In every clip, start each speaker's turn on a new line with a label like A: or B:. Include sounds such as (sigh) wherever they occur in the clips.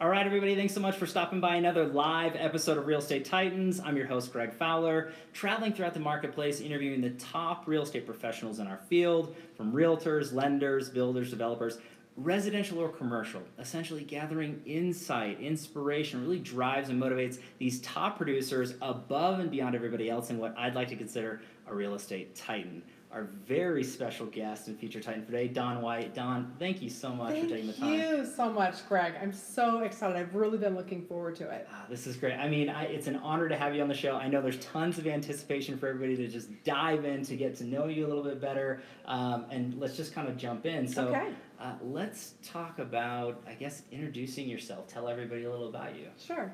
A: All right, everybody, thanks so much for stopping by another live episode of Real Estate Titans. I'm your host, Greg Fowler, traveling throughout the marketplace, interviewing the top real estate professionals in our field from realtors, lenders, builders, developers, residential or commercial, essentially gathering insight, inspiration, really drives and motivates these top producers above and beyond everybody else in what I'd like to consider a real estate titan. Our very special guest and future titan for today, Don White. Don, thank you so much
B: Thank
A: for taking the time.
B: you so much, Greg. I'm so excited. I've really been looking forward to it.
A: Ah, this is great. I mean, I, it's an honor to have you on the show. I know there's tons of anticipation for everybody to just dive in to get to know you a little bit better. Um, and let's just kind of jump in. So,
B: Okay.
A: uh, let's talk about, I guess, introducing yourself. Tell everybody a little about you.
B: Sure.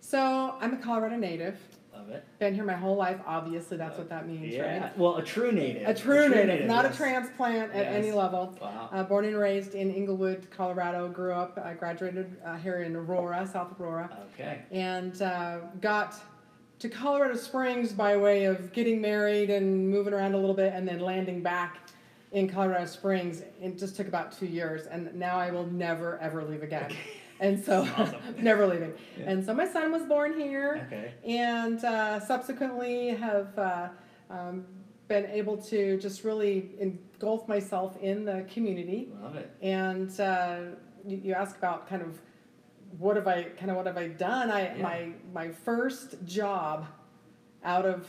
B: So I'm a Colorado native.
A: Love it.
B: Been here my whole life. Obviously, that's what that means,
A: yeah.
B: right?
A: Well, a true native.
B: A true native, not
A: yes.
B: a transplant at any
A: Yes.
B: level.
A: Wow.
B: Uh, born and raised in Inglewood, Colorado. Grew up. I graduated uh, here in Aurora, South Aurora,
A: okay.
B: and uh, got to Colorado Springs by way of getting married and moving around a little bit, and then landing back in Colorado Springs. It just took about two years, and now I will never ever leave again. And so,
A: Awesome.
B: (laughs) never leaving.
A: Yeah.
B: And so, my son was born here,
A: Okay.
B: and uh, subsequently have uh, um, been able to just really engulf myself in the community.
A: Love it.
B: And uh, you, you ask about kind of what have I kind of what have I done? I
A: Yeah.
B: my my first job out of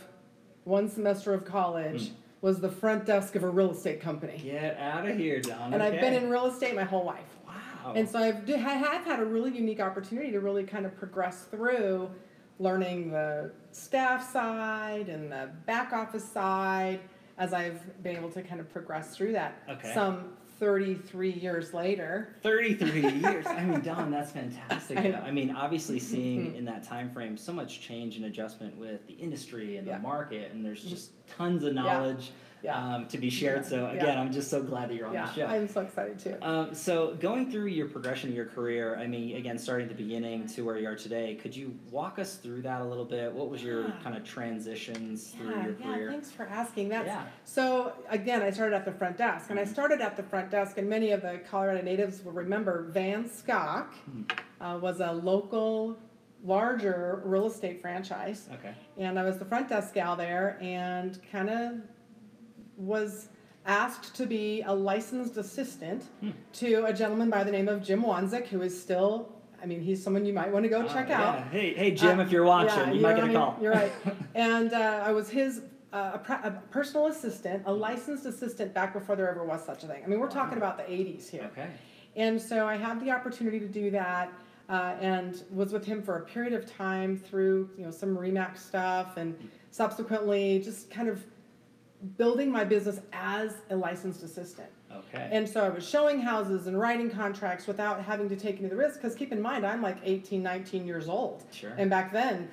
B: one semester of college
A: Mm.
B: was the front desk of a real estate company,
A: Get out of here, Don.
B: and I've been
A: okay. Oh.
B: in real estate my whole life.
A: Wow.
B: And so I've, d- I have had a really unique opportunity to really kind of progress through learning the staff side and the back office side as I've been able to kind of progress through that.
A: Okay.
B: Some 33 years later. (laughs)
A: 33 years. I mean, Don, that's fantastic.
B: I
A: though.
B: know.
A: I mean,
B: (laughs)
A: obviously, seeing in that time frame so much change and adjustment with the industry and
B: Yeah. Mm-hmm.
A: the market, and there's just tons of knowledge
B: Yeah.
A: Um, to be shared. So
B: Yeah.
A: again, I'm just so glad that you're on
B: yeah,
A: the show.
B: I'm so excited too.
A: Um, so going through your progression of your career, I mean, again, starting at the beginning to where you are today, could you walk us through that a little bit? What was your
B: Yeah.
A: kind of transitions through
B: yeah,
A: your
B: yeah,
A: career?
B: thanks for asking. That's
A: Yeah.
B: so again, I started at the front desk, and I
A: Mhm.
B: started at the front desk, and many of the Colorado natives will remember Van Scock
A: Mhm.
B: uh, was a local, larger real estate franchise,
A: Okay.
B: and I was the front desk gal there, and kind of was asked to be a licensed assistant
A: Hmm.
B: to a gentleman by the name of Jim Wanzik, who is still. I mean, he's someone you might want to go
A: Uh,
B: check
A: yeah.
B: out.
A: Hey, hey, Jim,
B: Uh,
A: if you're watching,
B: Yeah,
A: you might
B: you're
A: get a
B: right,
A: call.
B: You're right. and uh, I was his uh, a, pra- a personal assistant, a licensed assistant back before there ever was such a thing. I mean, we're talking
A: Wow.
B: about the 80s here.
A: (laughs) Okay.
B: And so I had the opportunity to do that uh, and was with him for a period of time through, you know, some REMAX stuff and subsequently just kind of building my business as a licensed assistant.
A: Okay.
B: And so I was showing houses and writing contracts without having to take any of the risk because keep in mind, I'm like 18, 19 years old.
A: Sure.
B: And back then,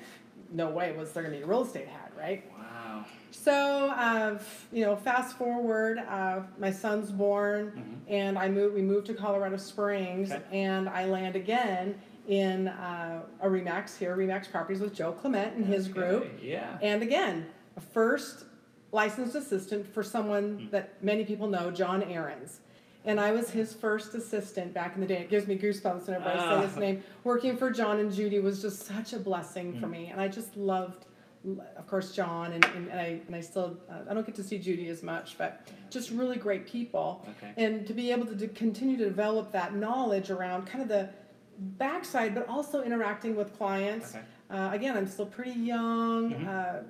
B: no way was there going to be a real estate hat, right?
A: wow.
B: So, uh, f- you know, fast forward, uh, my son's born, and I moved. We moved to Colorado Springs,
A: Mm-hmm. Okay.
B: and I land again in uh, a Remax here, Remax Properties with Joe Clement and his group,
A: Okay, Yeah.
B: and again, a first licensed assistant for someone that many people know, John Ahrens. And I was his first assistant back in the day. It gives me goosebumps whenever I
A: Ah.
B: say his name. Working for John and Judy was just such a blessing for me. And I just loved, of course, John, and, and, and, I, and I still, uh, I don't get to see Judy as much, but just really great people
A: Okay.
B: and to be able to de- continue to develop that knowledge around kind of the backside, but also interacting with clients.
A: Okay.
B: Uh, again, I'm still pretty young, uh,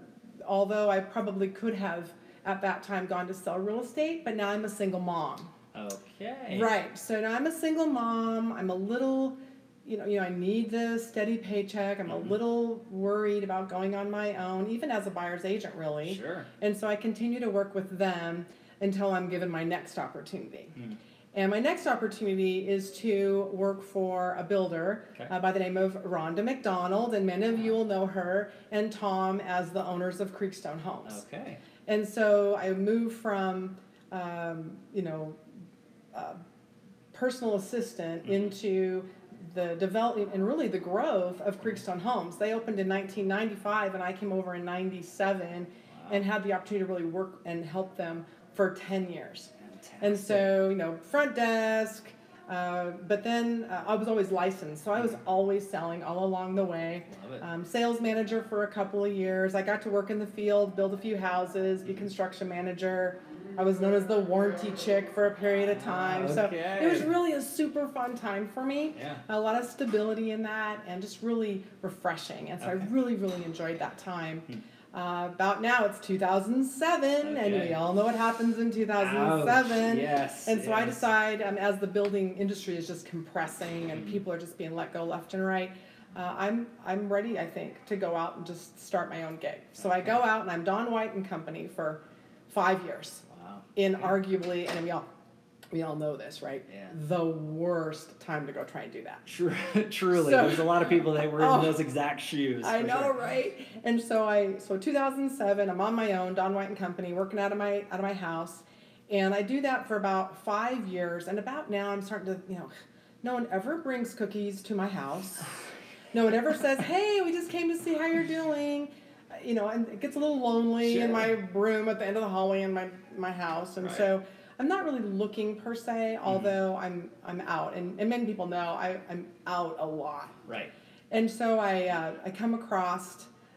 B: although I probably could have at that time gone to sell real estate, but now I'm a single mom.
A: Okay.
B: Right. So now I'm a single mom. I'm a little, you know, you know, I need the steady paycheck. I'm a little worried about going on my own, even as a buyer's agent, really.
A: Sure.
B: And so I continue to work with them until I'm given my next opportunity.
A: Hmm.
B: And my next opportunity is to work for a builder
A: Okay. Ah.
B: uh, by the name of Rhonda McDonald, and many of you will know her and Tom as the owners of Creekstone Homes.
A: Okay.
B: And so I moved from, um, you know, uh, personal assistant into the development and really the growth of Creekstone Homes. They opened in 1995, and I came over in 97 and had the opportunity to really work and help them for 10 years.
A: Fantastic.
B: And so, you know, front desk, Uh, but then uh, I was always licensed, so I was always selling all along the way.
A: Love it.
B: Um, sales manager for a couple of years. I got to work in the field, build a few houses,
A: Mm-hmm.
B: be construction manager. I was known as the warranty chick for a period of time. So it was
A: Okay.
B: really a super fun time for me.
A: Yeah.
B: A lot of stability in that and just really refreshing. And so
A: Okay. Hmm.
B: I really, really enjoyed that time. Uh, about now it's 2007, and
A: Okay.
B: we all know what happens in 2007.
A: Ouch, yes,
B: And so I
A: yes.
B: decide, um, as the building industry is just compressing and people are just being let go left and right, uh, I'm I'm ready, I think, to go out and just start my own gig. So I go out and I'm Don White and Company for five years
A: Wow.
B: in arguably, and we all we all know this, right?
A: Yeah.
B: The worst time to go try and do that.
A: Tru- (laughs) truly,
B: So-
A: there's a lot of people that were in
B: Oh.
A: those exact shoes.
B: I
A: for
B: know,
A: sure.
B: right? And so I, so 2007, I'm on my own, Don White and Company, working out of my out of my house, and I do that for about five years. And about now, I'm starting to, you know, no one ever brings cookies to my house. No one ever says, "Hey, we just came to see how you're doing." Uh, You know, and it gets a little lonely
A: Sure.
B: in my room at the end of the hallway in my my house, and
A: Right. Mm-hmm.
B: so. I'm not really looking per se, although I'm I'm out, and, and many people know I, I'm out a lot.
A: Right.
B: And so I, uh, I come across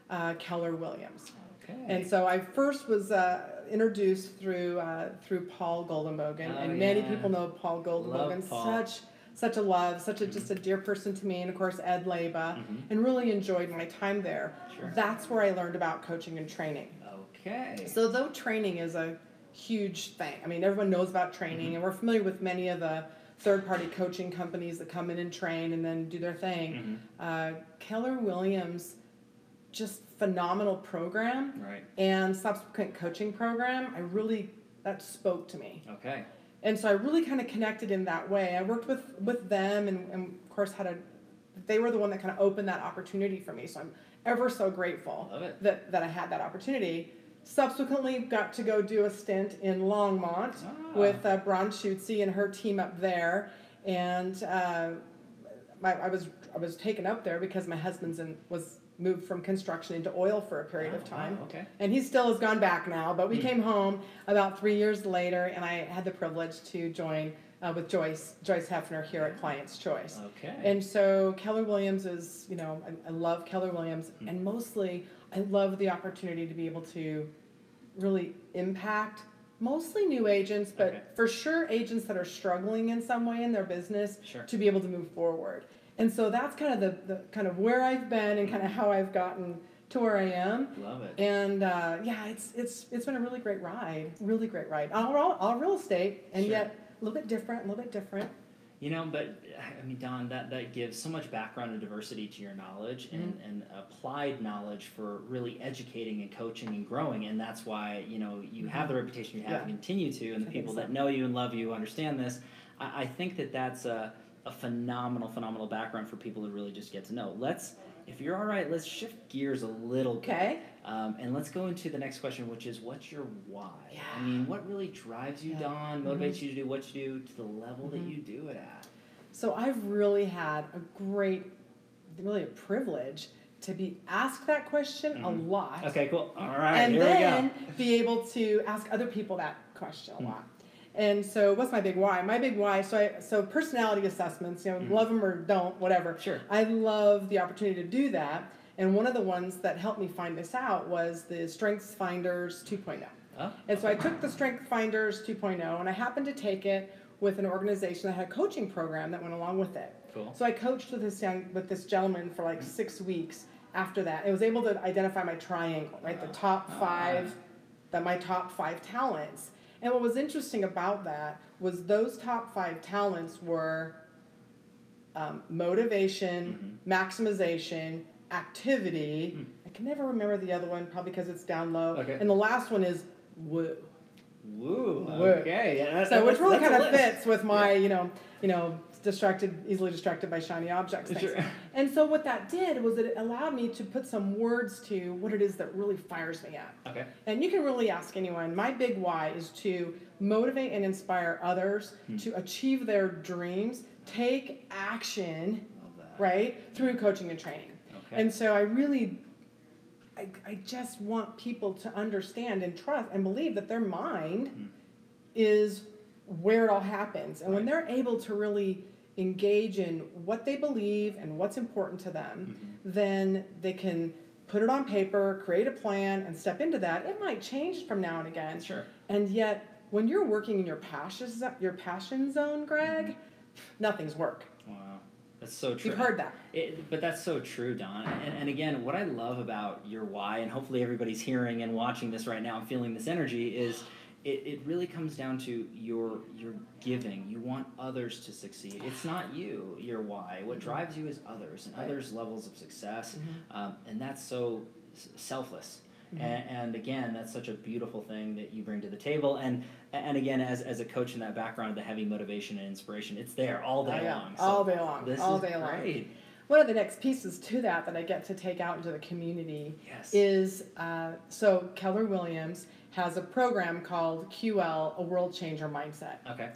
B: uh, Keller Williams.
A: Okay.
B: And so I first was uh, introduced through uh, through Paul Goldenbogen,
A: Oh,
B: and many
A: yeah.
B: people know Paul Goldenbogen.
A: Paul. Mm-hmm.
B: Such such a love, such a just a dear person to me, and of course Ed Leba, and really enjoyed my time there.
A: Sure.
B: That's where I learned about coaching and training.
A: okay.
B: So though training is a huge thing, I mean everyone knows about training,
A: Mm-hmm.
B: and we're familiar with many of the third-party coaching companies that come in and train and then do their
A: Mm-hmm.
B: thing. Uh, Keller Williams, just phenomenal program
A: right.
B: and subsequent coaching program. I really that spoke to me,
A: Okay.
B: and so I really kind of connected in that way. I worked with with them, and, and of course had a they were the one that kind of opened that opportunity for me. So I'm ever so grateful
A: Love it.
B: that, that I had that opportunity. Subsequently, got to go do a stint in Longmont
A: Ah.
B: with uh, Bron Schutze and her team up there, and uh, my, I was I was taken up there because my husband's in, was moved from construction into oil for a period
A: Oh,
B: of time,
A: wow, okay.
B: and he still has gone back now. But we
A: Hmm.
B: came home about three years later, and I had the privilege to join uh, with Joyce Joyce Hefner here at Clients Choice.
A: Okay.
B: And so Keller Williams is, you know, I, I love Keller Williams,
A: Hmm.
B: and mostly I love the opportunity to be able to really impact mostly new agents, but
A: Okay.
B: for sure agents that are struggling in some way in their business
A: Sure.
B: to be able to move forward. And so that's kind of the, the kind of where I've been
A: Hmm.
B: and kind of how I've gotten to where I am.
A: Love it.
B: And uh, yeah, it's it's it's been a really great ride, really great ride. All, all, all real estate, and
A: Sure.
B: yet a little bit different, a little bit different.
A: You know, but I mean, Don, that, that gives so much background and diversity to your knowledge
B: Mm-hmm.
A: and, and applied knowledge for really educating and coaching and growing. And that's why, you know, you have the reputation you have
B: Mm-hmm. Yeah.
A: and continue to, and the
B: I think
A: people
B: so.
A: that know you and love you understand this. I, I think that that's a, a phenomenal, phenomenal background for people to really just get to know. Let's, if you're all right, let's shift gears a little bit.
B: Okay.
A: Um, and let's go into the next question, which is what's your why? I
B: Yeah.
A: mean, what really drives you,
B: Yeah. Mm-hmm.
A: Don, motivates you to do what you do to the level that you do it at?
B: So I've really had a great, really a privilege to be asked that question a
A: Mhm.
B: lot.
A: Okay, cool. All right,
B: and
A: here
B: then be able to ask other people that question
A: Mm.
B: a lot. And so, what's my big why? My big why. So, I, so personality assessments. You know,
A: Mm-hmm.
B: love them or don't, whatever.
A: Sure.
B: I love the opportunity to do that. And one of the ones that helped me find this out was the Strengths Finders 2.0.
A: we go. Oh,
B: And so I took the Strength Finders 2.0, and I happened to take it with an organization that had a coaching program that went along with it.
A: Cool.
B: So I coached with this young, with this gentleman for like six weeks after that. I was able to identify my triangle, right?
A: Uh,
B: The top five, that my top five talents. And what was interesting about that was those top five talents were um, motivation,
A: Mm-hmm.
B: maximization, activity. I can never remember the other one, probably because it's down low.
A: Mm. Okay.
B: And the last one is woo.
A: woo.
B: Woo.
A: Okay. Yeah, that-
B: So
A: that-
B: which really
A: that's a
B: kind of
A: list.
B: fits with my, you know, you know, distracted, easily distracted by shiny objects. things.
A: Sure.
B: And so what that did was it allowed me to put some words to what it is that really fires me up.
A: Okay.
B: And you can really ask anyone. My big why is to motivate and inspire others
A: Hmm.
B: to achieve their dreams, take action,
A: Love that.
B: right, through coaching and training.
A: Okay.
B: And so I really, I, I just
A: Hmm.
B: want people to understand and trust and believe that their mind is where it all happens. And when they're able to really engage in what they believe and what's important to them,
A: Mm-hmm.
B: then they can put it on paper, create a plan, and step into that. It might change from now and again.
A: Sure.
B: And yet, when you're working in your passion, zo- your passion zone, Greg, nothing's work.
A: Wow. Mm-hmm. That's so true.
B: You've heard that.
A: It, but that's so true, Don. And, and again, what I love about your why, and hopefully everybody's hearing and watching this right now and feeling this energy, is it, it really comes down to your your giving. You want others to succeed. It's not you, your why. What drives you is others and
B: Mm-hmm. Right. Mm-hmm.
A: others' levels of success. Um, and that's so s- selfless.
B: Mhm.
A: A- And, again, that's such a beautiful thing that you bring to the table. And and again, as, as a coach in that background, the heavy motivation and inspiration, it's there all day
B: Oh, yeah.
A: long. So
B: all day long.
A: this
B: all
A: is
B: day long.
A: great.
B: One of the next pieces to that that I get to take out into the community
A: Yes.
B: is uh, so Keller Williams has a program called QL, a World Changer Mindset.
A: okay.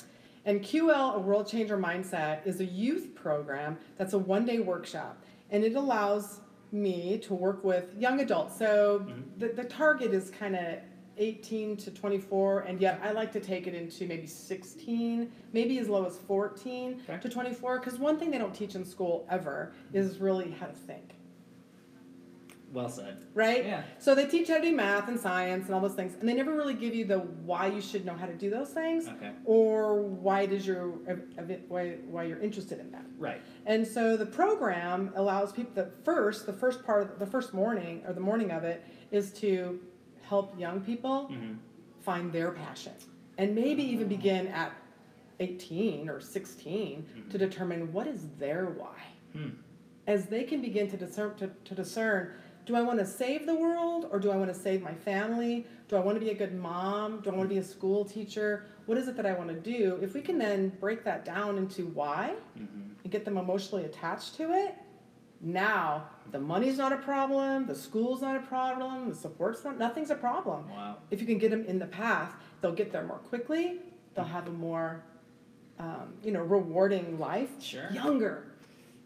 B: And QL, a World Changer Mindset, is a youth program that's a one day workshop. And it allows me to work with young adults. So
A: Mm-hmm.
B: the, the target is kind of 18 to 24, and yet I like to take it into maybe 16, maybe as low as 14
A: Okay.
B: to 24, because one thing they don't teach in school ever is really how to think,
A: Well said.
B: right?
A: Yeah.
B: So they teach how to do math and science and all those things, and they never really give you the why you should know how to do those things
A: Okay.
B: or why does your of it- why why you're interested in that
A: Right.
B: and so the program allows people the first the first part of the first morning or the morning of it is to help young people
A: hmm
B: find their passion and maybe even begin at 18 or 16 to determine what is their why
A: Hmm.
B: as they can begin to discern to, to discern do i want to save the world or do i want to save my family do i want to be a good mom do i want to be a school teacher what is it that i want to do if we can then break that down into why
A: hmm
B: and get them emotionally attached to it now the money's not a problem the school's not a problem the support's not nothing's a problem
A: Wow.
B: if you can get them in the path, they'll get there more quickly. They'll have a more, um, you know, rewarding life.
A: Sure.
B: Younger.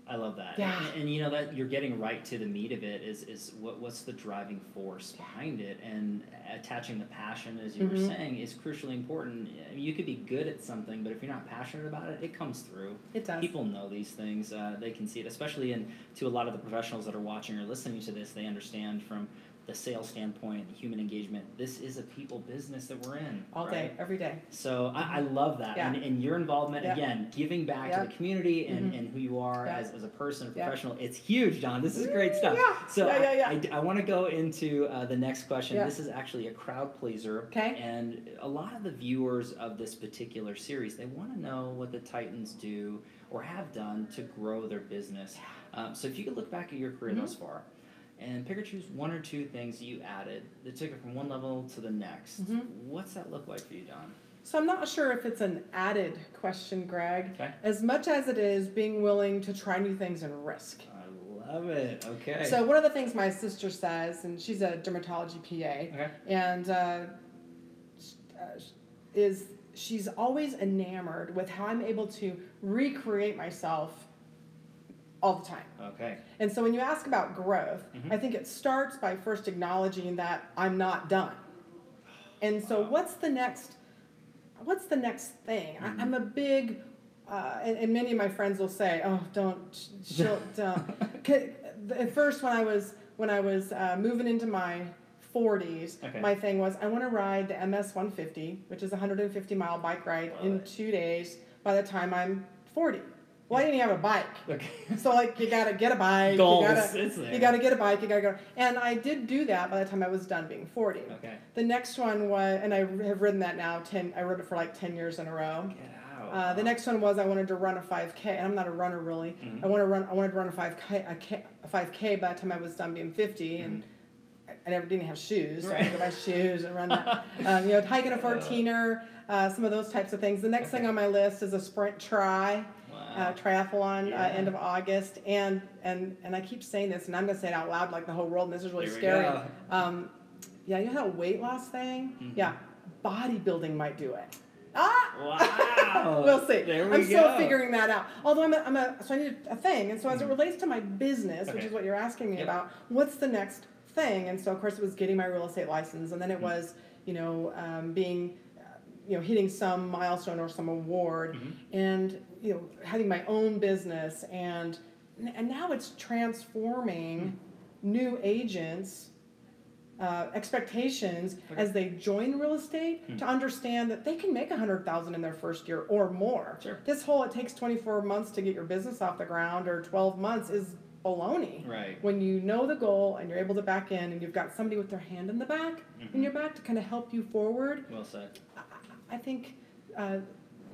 A: I love that.
B: Yeah.
A: And, and you know that you're getting right to the meat of it is is what what's the driving force behind it and attaching the passion as you
B: Mhm.
A: were saying is crucially important. I mean, You could be good at something, but if you're not passionate about it, it comes through.
B: It does.
A: People know these things. Uh, they can see it, especially in to a lot of the professionals that are watching or listening to this. They understand from the sales standpoint, human engagement. This is a people business that we're in
B: All day,
A: right?
B: every day.
A: So I, I love that.
B: Yeah.
A: And, and your involvement,
B: Yeah.
A: again, giving back
B: Yeah.
A: to the community and,
B: Mhm.
A: and who you are
B: Yeah.
A: as, as a person, a
B: Yeah.
A: professional, it's huge, Don. This is great stuff.
B: Yeah.
A: So
B: Yeah,
A: I-
B: yeah, yeah.
A: I, d- I want to go into uh, the next question.
B: Yeah.
A: This is actually a crowd pleaser.
B: 'Kay.
A: And a lot of the viewers of this particular series, they want to know what the Titans do or have done to grow their business. Um, so if you could look back at your career
B: Mhm.
A: thus far and pick or choose one or two things you added that took it from one level to the next,
B: Mhm.
A: what's that look like for you, Don?
B: So I'm not sure if it's an added question, Greg,
A: Okay.
B: as much as it is being willing to try new things and risk.
A: I love it. Okay.
B: So one of the things my sister says, and she's a dermatology PA,
A: okay.
B: and uh, sh- uh, sh- is she's always enamored with how I'm able to recreate myself all the time.
A: Okay.
B: And so when you ask about growth,
A: Mhm.
B: I think it starts by first acknowledging that I'm not done. And so
A: Wow.
B: what's the next what's the next thing?
A: Mm-hmm.
B: I, I'm a big uh, and, and many of my friends will say, "Oh, don't, sh-
A: (laughs)
B: she'll, don't." 'Cause At first, when I was when I was uh, moving into my 40s,
A: Okay.
B: my thing was I want to ride the MS 150, which is a 150 mile bike ride
A: Love
B: in
A: it.
B: two days. By the time I'm 40, well, I didn't even have a bike.
A: Okay.
B: So like you gotta get a bike.
A: Goals.
B: You gotta,
A: it's there.
B: you gotta get a bike. You gotta go. And I did do that by the time I was done being forty.
A: Okay.
B: The next one was, and I have ridden that now ten. I rode it for like ten years in a row.
A: Get out.
B: Uh, the next one was I wanted to run a 5K, and I'm not a runner really.
A: Mhm.
B: I want to run. I wanted to run a 5K, a, K, a 5K by the time I was done being 50, and
A: Mm-hmm.
B: I, I never didn't have shoes, so I had to go buy shoes
A: (laughs)
B: and run that. Um, you know, hiking a 14er, uh, some of those types of things. The next thing
A: Okay.
B: on my list is a sprint try
A: Wow.
B: uh, triathlon
A: Yeah.
B: uh, end of August, and and and I keep saying this, and I'm gonna say it out loud like the whole world, and this is really
A: Here we
B: scary.
A: go. Mm-hmm.
B: Um, yeah, you know that weight loss thing? Yeah, bodybuilding might do it. Ah,
A: wow.
B: we'll see.
A: There we
B: I'm
A: go.
B: still figuring that out. Although I'm a, I'm a so I need a thing, and so as it
A: Mhm.
B: relates to my business, which
A: Okay.
B: is what you're asking me
A: Yep.
B: about, what's the next
A: Mm-hmm.
B: thing? And so of course it was getting my real estate license, and then it was you know um, being uh, you know, hitting some milestone or some award,
A: Mhm.
B: and you know, having my own business, and and now it's transforming new agents. Uh, expectations
A: Okay. Hmm.
B: as they join real estate to understand that they can make a hundred thousand in their first year or more.
A: Sure.
B: This whole it takes twenty four months to get your business off the ground or twelve months is baloney
A: Right.
B: when you know the goal and you're able to back in and you've got somebody with their hand in the back
A: Mm-hmm.
B: in your back to kind of help you forward
A: Well said.
B: i, I- I think uh,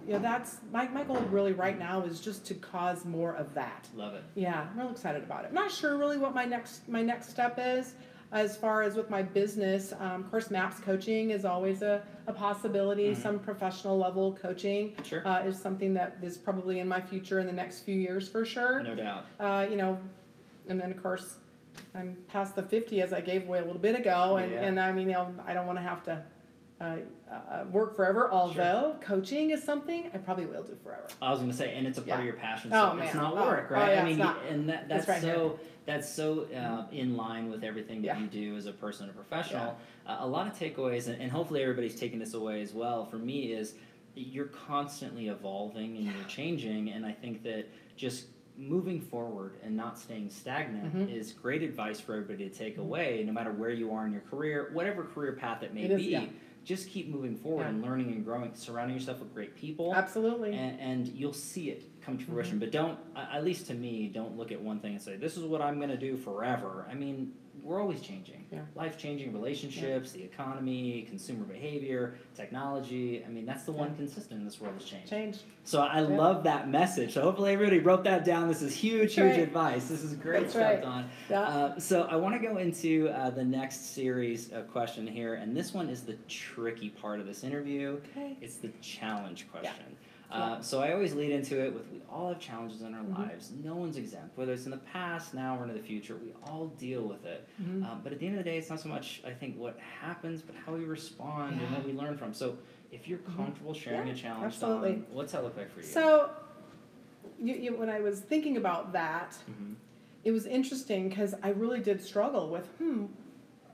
B: you know that's my, my goal really right now is just to cause more of that
A: Love it.
B: yeah i'm real excited about it not sure really what my next my next step is as far as with my business um, of course maps coaching is always a, a possibility
A: Mhm.
B: some professional level coaching
A: Sure.
B: uh, is something that is probably in my future in the next few years for sure
A: no doubt.
B: uh, you know, and then of course, I'm past the fifty as I gave away a little bit ago, and,
A: Yeah.
B: and I mean, you know, I don't want to have to uh, uh, work forever. Although coaching is something I probably will do forever.
A: I was gonna say, and it's a part of
B: Yeah.
A: your passion, so
B: Oh,
A: it's
B: man.
A: not
B: Oh,
A: work,
B: oh,
A: right?
B: yeah,
A: I mean,
B: it's not.
A: and that, that's
B: It's right Mm-hmm.
A: so that's so uh, in line with everything that
B: Yeah.
A: you do as a person or professional. Uh, a lot of takeaways, and, and hopefully everybody's taking this away as well. For me, is you're constantly evolving and you're changing, and I think that just moving forward and not staying stagnant
B: Mhm.
A: is great advice for everybody to
B: Mm-hmm.
A: take away no matter where you are in your career whatever career path it may
B: It is,
A: be
B: yeah.
A: just keep moving forward
B: Yeah.
A: and learning and growing surrounding yourself with great people
B: Absolutely.
A: and, and you'll see it come
B: Mm-hmm.
A: to fruition. But don't, a- at least to me, don't look at one thing and say, this is what I'm going to do forever. I mean, we're always changing.
B: Yeah.
A: Life changing relationships, the economy, consumer behavior, technology. I mean, that's the one
B: Yeah.
A: consistent in this world is change.
B: Change.
A: So I
B: Yeah.
A: love that message. So hopefully everybody wrote that down. This is huge,
B: That's
A: huge
B: right.
A: advice. This is great
B: That's
A: stuff,
B: right.
A: Don.
B: Yeah.
A: Uh, so I want to go into uh, the next series of question here, and this one is the tricky part of this interview.
B: okay.
A: It's the challenge question.
B: Yeah.
A: Uh, so I always lead into it with we all have challenges in our
B: Mhm.
A: lives. No one's exempt, whether it's in the past, now, or into the future. We all deal with it.
B: Mhm.
A: Um, but at the end of the day, it's not so much I think what happens, but how we respond and what we learn from. So if you're comfortable sharing
B: Mm-hmm. Yeah,
A: a challenge,
B: absolutely.
A: Dawn, what's that look like for you?
B: So, you, you, when I was thinking about that,
A: Mhm.
B: it was interesting because I really did struggle with hmm,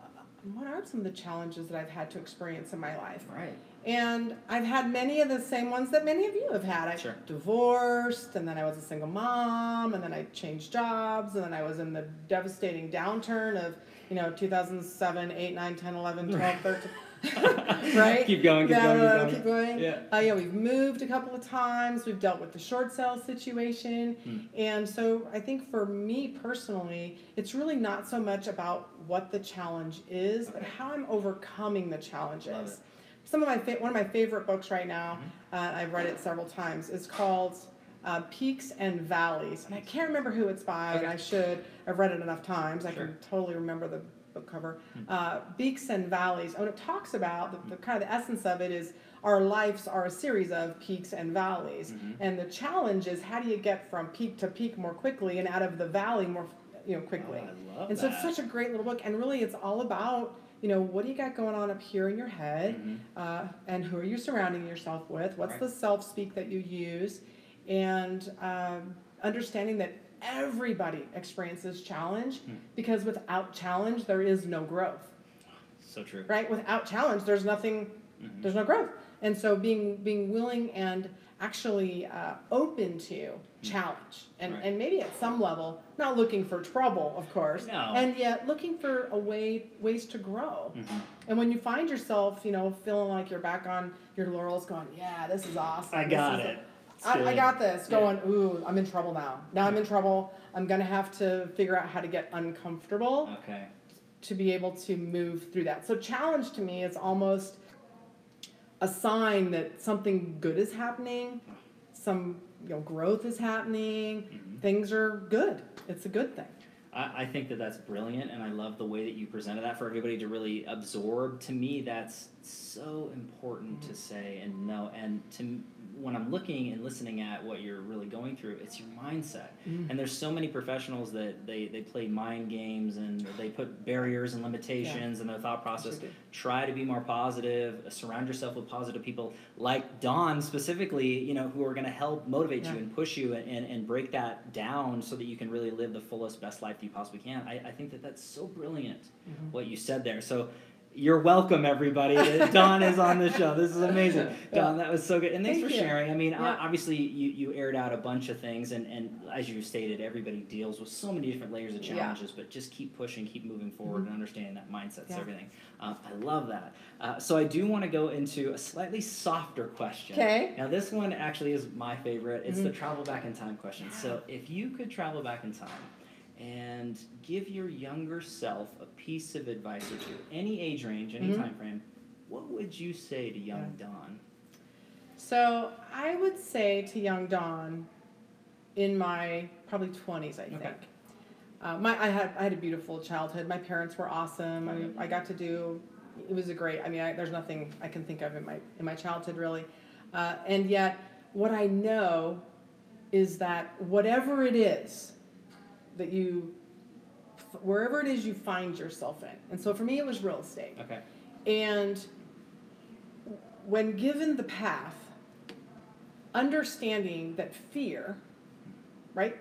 B: uh, what are some of the challenges that I've had to experience in my life?
A: Right.
B: And I've had many of the same ones that many of you have had. I
A: Sure.
B: divorced, and then I was a single mom, and then I changed jobs, and then I was in the devastating downturn of, you know, 2007, 8, 9, 10, 11, 12,
A: (laughs)
B: 13. (laughs) right?
A: Keep going, keep going,
B: yeah, no,
A: keep
B: no,
A: going.
B: keep going.
A: Yeah.
B: Uh, yeah, we've moved a couple of times. We've dealt with the short sale situation.
A: Hmm.
B: And so I think for me personally, it's really not so much about what the challenge is, but
A: Okay.
B: how I'm overcoming the challenges.
A: Love it.
B: Some of my fa- one of my favorite books right now,
A: Mm-hmm.
B: uh, I've read it several times. It's called uh, Peaks and Valleys, and I can't remember who it's by, and
A: Okay.
B: I should. I've read it enough times. I
A: Sure. Hmm.
B: can totally remember the book cover. Uh, Peaks and Valleys, and it talks about the, the kind of the essence of it is our lives are a series of peaks and valleys,
A: Mhm.
B: and the challenge is how do you get from peak to peak more quickly and out of the valley more, you know,
A: Oh,
B: quickly.
A: I love
B: And so it's
A: that.
B: such a great little book, and really, it's all about you know what do you got going on up here in your head,
A: Mhm.
B: uh, and who are you surrounding yourself with? What's
A: Right.
B: the self speak that you use, and um, understanding that everybody experiences challenge
A: Mm.
B: because without challenge there is no growth,
A: So true.
B: right? Without challenge, there's nothing,
A: Mhm.
B: there's no growth, and so being being willing and actually uh, open to challenge and,
A: Mm. Right.
B: and maybe at some level not looking for trouble of course
A: No.
B: and yet looking for a way ways to grow
A: Mhm.
B: and when you find yourself, you know, feeling like you're back on your laurels, going, "Yeah, this is awesome.
A: I
B: This
A: got
B: is-
A: it.
B: I, I
A: Silly.
B: got this."
A: Yeah.
B: Going, "Ooh, I'm in trouble now. Now I'm in trouble. I'm gonna have to figure out how to get uncomfortable
A: Okay.
B: to be able to move through that." So challenge to me is almost a sign that something good is happening, some you know growth is happening, things are good. It's a good thing.
A: I, I think that that's brilliant, and I love the way that you presented that for everybody to really absorb. To me, that's so important to say and know. And to m- when I'm looking and listening at what you're really going through, it's your mindset. And there's so many professionals that they, they play mind games and they put barriers and limitations in their thought process.
B: Sure do.
A: Try to be more positive. uh, Surround yourself with positive people like Don specifically, you know, who are going to help motivate you
B: Yeah.
A: and and push you and, and, and break that down so that you can really
B: Mm-hmm.
A: live the fullest, best life that you possibly can. I, I think that that's so brilliant what you said there. So, You're welcome, everybody.
B: (laughs)
A: that Don is on the show. This is amazing. Don, that was so good. And thanks
B: Thank
A: for
B: you.
A: sharing. I mean, o-
B: Yeah.
A: obviously, you, you aired out a bunch of things, and, and as you stated, everybody deals with so many different layers of
B: Yeah. Mm-hmm.
A: challenges, but just keep pushing, keep moving forward, and understanding that mindset's
B: Yeah.
A: everything. Uh, I love that. Uh, so, I do want to go into a slightly softer question.
B: Okay. Mm.
A: Now, this one actually is my favorite. It's the travel back in time question. So, if you could travel back in time and give your younger self a piece of advice or two, any age range, any
B: Mhm.
A: time frame, what would you say to young Don?
B: So I would say to young Don, in my probably twenties, I think.
A: Okay.
B: Uh, my I had I had a beautiful childhood. My parents were awesome. I, I got to do. It was a great. I mean, I, there's nothing I can think of in my in my childhood really, uh, and yet what I know is that whatever it is that you wherever it is you find yourself in and so for me it was real estate
A: Okay.
B: and when given the path, understanding that fear, right?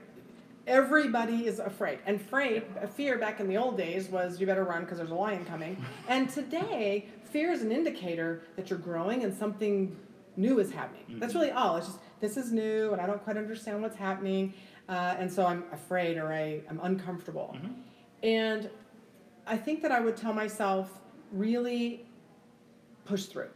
B: Everybody is afraid. And afraid, fear back in the old days was you better run because there's a lion coming. And today, fear is an indicator that you're growing and something new is happening. That's really all. It's just this is new and I don't quite understand what's happening. Uh, and so I'm afraid or I, I'm uncomfortable. And I think that I would tell myself really push through.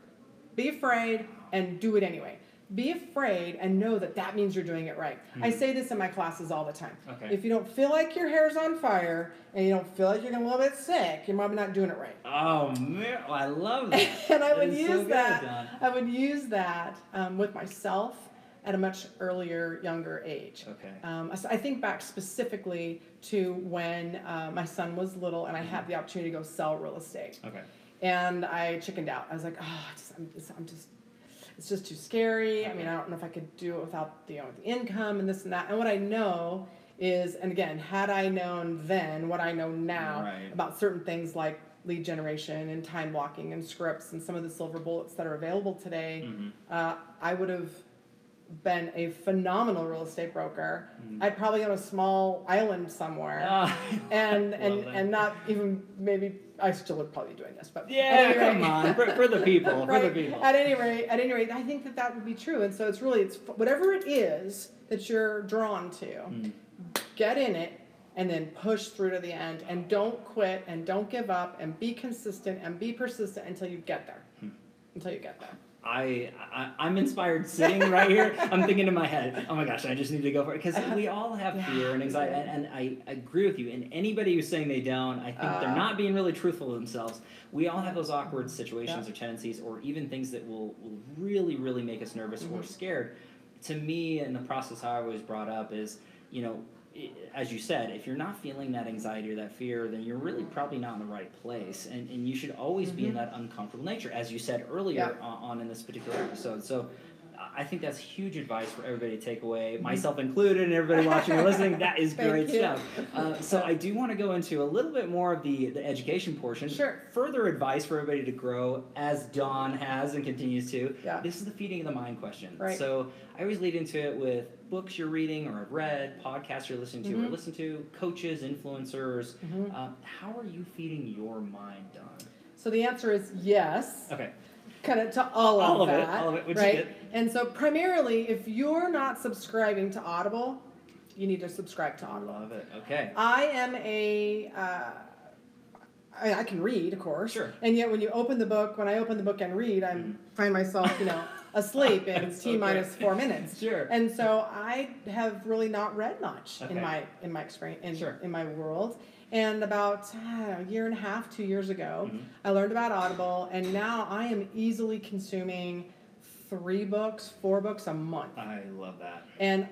B: Be afraid and do it anyway. Be afraid and know that that means you're doing it right. I say this in my classes all the time.
A: Hmm. Okay.
B: If you don't feel like your hair's on fire and you don't feel like you're a little bit sick, you're probably not doing it right. (laughs)
A: Oh man, oh, I love that.
B: and I
A: That
B: would
A: is
B: use
A: so good,
B: that.
A: Don.
B: I would use that um, with myself at a much earlier, younger age.
A: Okay.
B: Um, I s- I think back specifically to when uh, my son was little and I had
A: Mm-hmm.
B: the opportunity to go sell real estate
A: Okay.
B: and I chickened out. I was like, oh, I just, I'm, just, I'm just, it's just too scary. I mean, I don't know if I could do it without the, you know, the income and this and that. And what I know is, and again, had I known then what I know now
A: Right.
B: about certain things like lead generation and time blocking and scripts and some of the silver bullets that are available today,
A: Mm-hmm.
B: uh, I would have been a phenomenal real estate broker. I'd probably own a small island somewhere
A: Ah.
B: and and
A: Love that.
B: and not even maybe I still would probably be doing this, but
A: (laughs)
B: at
A: yeah,
B: (laughs) any rate-
A: come on, for, for the people, for
B: right,
A: the people.
B: At any rate, at any rate, I think that that would be true, and so it's really it's whatever it is that you're drawn to, get in it, and then push through to the end, and don't quit, and don't give up, and be consistent, and be persistent until you get there, until you get there.
A: I, I I'm inspired sitting right here. I'm thinking in my head, oh my gosh, I just need to go for it because we all have
B: Uh-huh. Yeah,
A: fear and
B: we
A: anxiety,
B: do.
A: and, and I agree with you. And anybody who's saying they don't, I think they're
B: Uh,
A: not being really truthful to themselves. We all have those awkward situations
B: Yeah.
A: or tendencies, or even things that will will really really make us nervous
B: Mm-hmm.
A: or scared. To me, and the process how I was brought up is, you know. i- As you said, if you're not feeling that anxiety or that fear, then you're really
B: Mm-hmm.
A: probably not in the right place. And, and you should always be in that uncomfortable nature, as you said earlier
B: Yeah.
A: o- on in this particular episode. So I- I think that's huge advice for everybody to take away, myself included, and everybody watching and listening. That is
B: (laughs) Thank
A: great
B: you.
A: stuff. Uh, so I do want to go into a little bit more of the, the education portion.
B: Sure.
A: Further advice for everybody to grow, as Dawn has and continues to.
B: Yeah.
A: This is the feeding of the mind question.
B: Right.
A: So I always lead into it with books you're reading or have read, podcasts you're listening to or
B: Mhm.
A: listen to, coaches, influencers.
B: Mhm.
A: Uh, how are you feeding your mind, Dawn?
B: So the answer is yes.
A: Okay.
B: kind of to all,
A: All
B: of,
A: of it,
B: that,
A: all of it, which is
B: right?
A: good.
B: And so primarily, if you're not subscribing to Audible, you need to subscribe to
A: I
B: Audible.
A: love it. Okay.
B: I am a. Uh, I, I can read, of course.
A: Sure. Mm-hmm.
B: And yet, when you open the book, when I open the book and read, I am find myself,
A: (laughs)
B: you know, asleep in
A: That's
B: t
A: so
B: minus
A: great.
B: four minutes.
A: Sure.
B: And so I have really not read much
A: Okay.
B: in my in my experience in,
A: Sure.
B: in my world. And about ah, a year and a half, two years ago,
A: Mm-hmm.
B: I learned about Audible, and now I am easily consuming three books, four books a month.
A: I love that.
B: And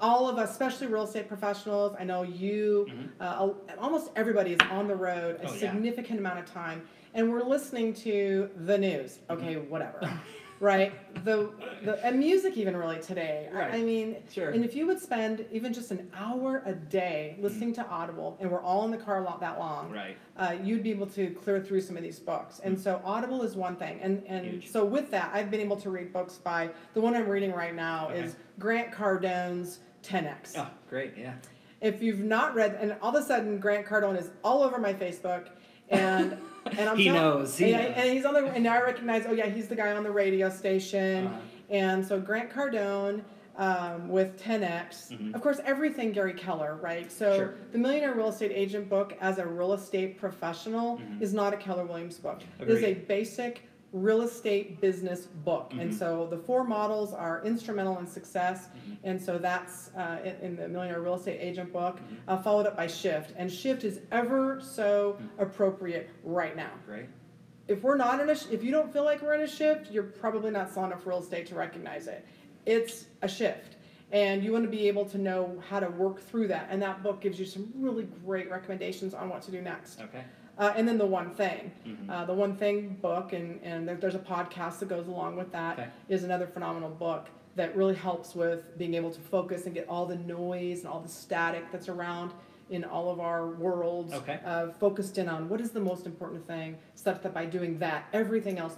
B: all of us, especially real estate professionals, I know you, uh, almost everybody is on the road a
A: Mm-hmm. Oh, yeah.
B: significant amount of time, and we're listening to the news.
A: Mm-hmm.
B: Okay, whatever.
A: (laughs)
B: Right, the, the and music even really today. I- I,
A: Right.
B: mean,
A: Sure.
B: and if you would spend even just an hour a day listening to Audible, and we're all in the car a lot that long,
A: Right.
B: uh, you'd be able to clear through some of these books. And so Audible is one thing. And, and
A: Hmm. Huge.
B: so with that, I've been able to read books by, the one I'm reading right now
A: Okay.
B: is Grant Cardone's 10X.
A: Oh, great. Yeah. (laughs)
B: If you've not read, and all of a sudden Grant Cardone is all over my Facebook, and And I'm
A: He
B: telling-
A: knows, he
B: and, I-
A: knows.
B: and he's on the. And now I recognize. Oh yeah, he's the guy on the radio station.
A: Uh-huh.
B: And so Grant Cardone um, with 10x.
A: Mhm.
B: Of course, everything Gary Keller, right? So
A: Sure.
B: the Millionaire Real Estate Agent book, as a real estate professional,
A: Mhm.
B: is not a Keller Williams book. It is a
A: Agreed.
B: basic real estate business book. And
A: Mhm.
B: so the four models are instrumental in success.
A: Mhm.
B: And so that's uh, in, in the Millionaire Real Estate Agent book,
A: Mhm.
B: uh, followed up by Shift. And Shift is ever so appropriate right now.
A: Great.
B: If we're not in a, sh- if you don't feel like we're in a shift, you're probably not solid enough real estate to recognize it. It's a shift. And you want to be able to know how to work through that. And that book gives you some really great recommendations on what to do next.
A: Okay.
B: Uh, and then the one thing,
A: Mhm.
B: uh, the one thing book, and and there, there's a podcast that goes along with that. Is
A: Okay.
B: another phenomenal book that really helps with being able to focus and get all the noise and all the static that's around in all of our worlds
A: Okay.
B: uh, focused in on what is the most important thing, such that by doing that, everything else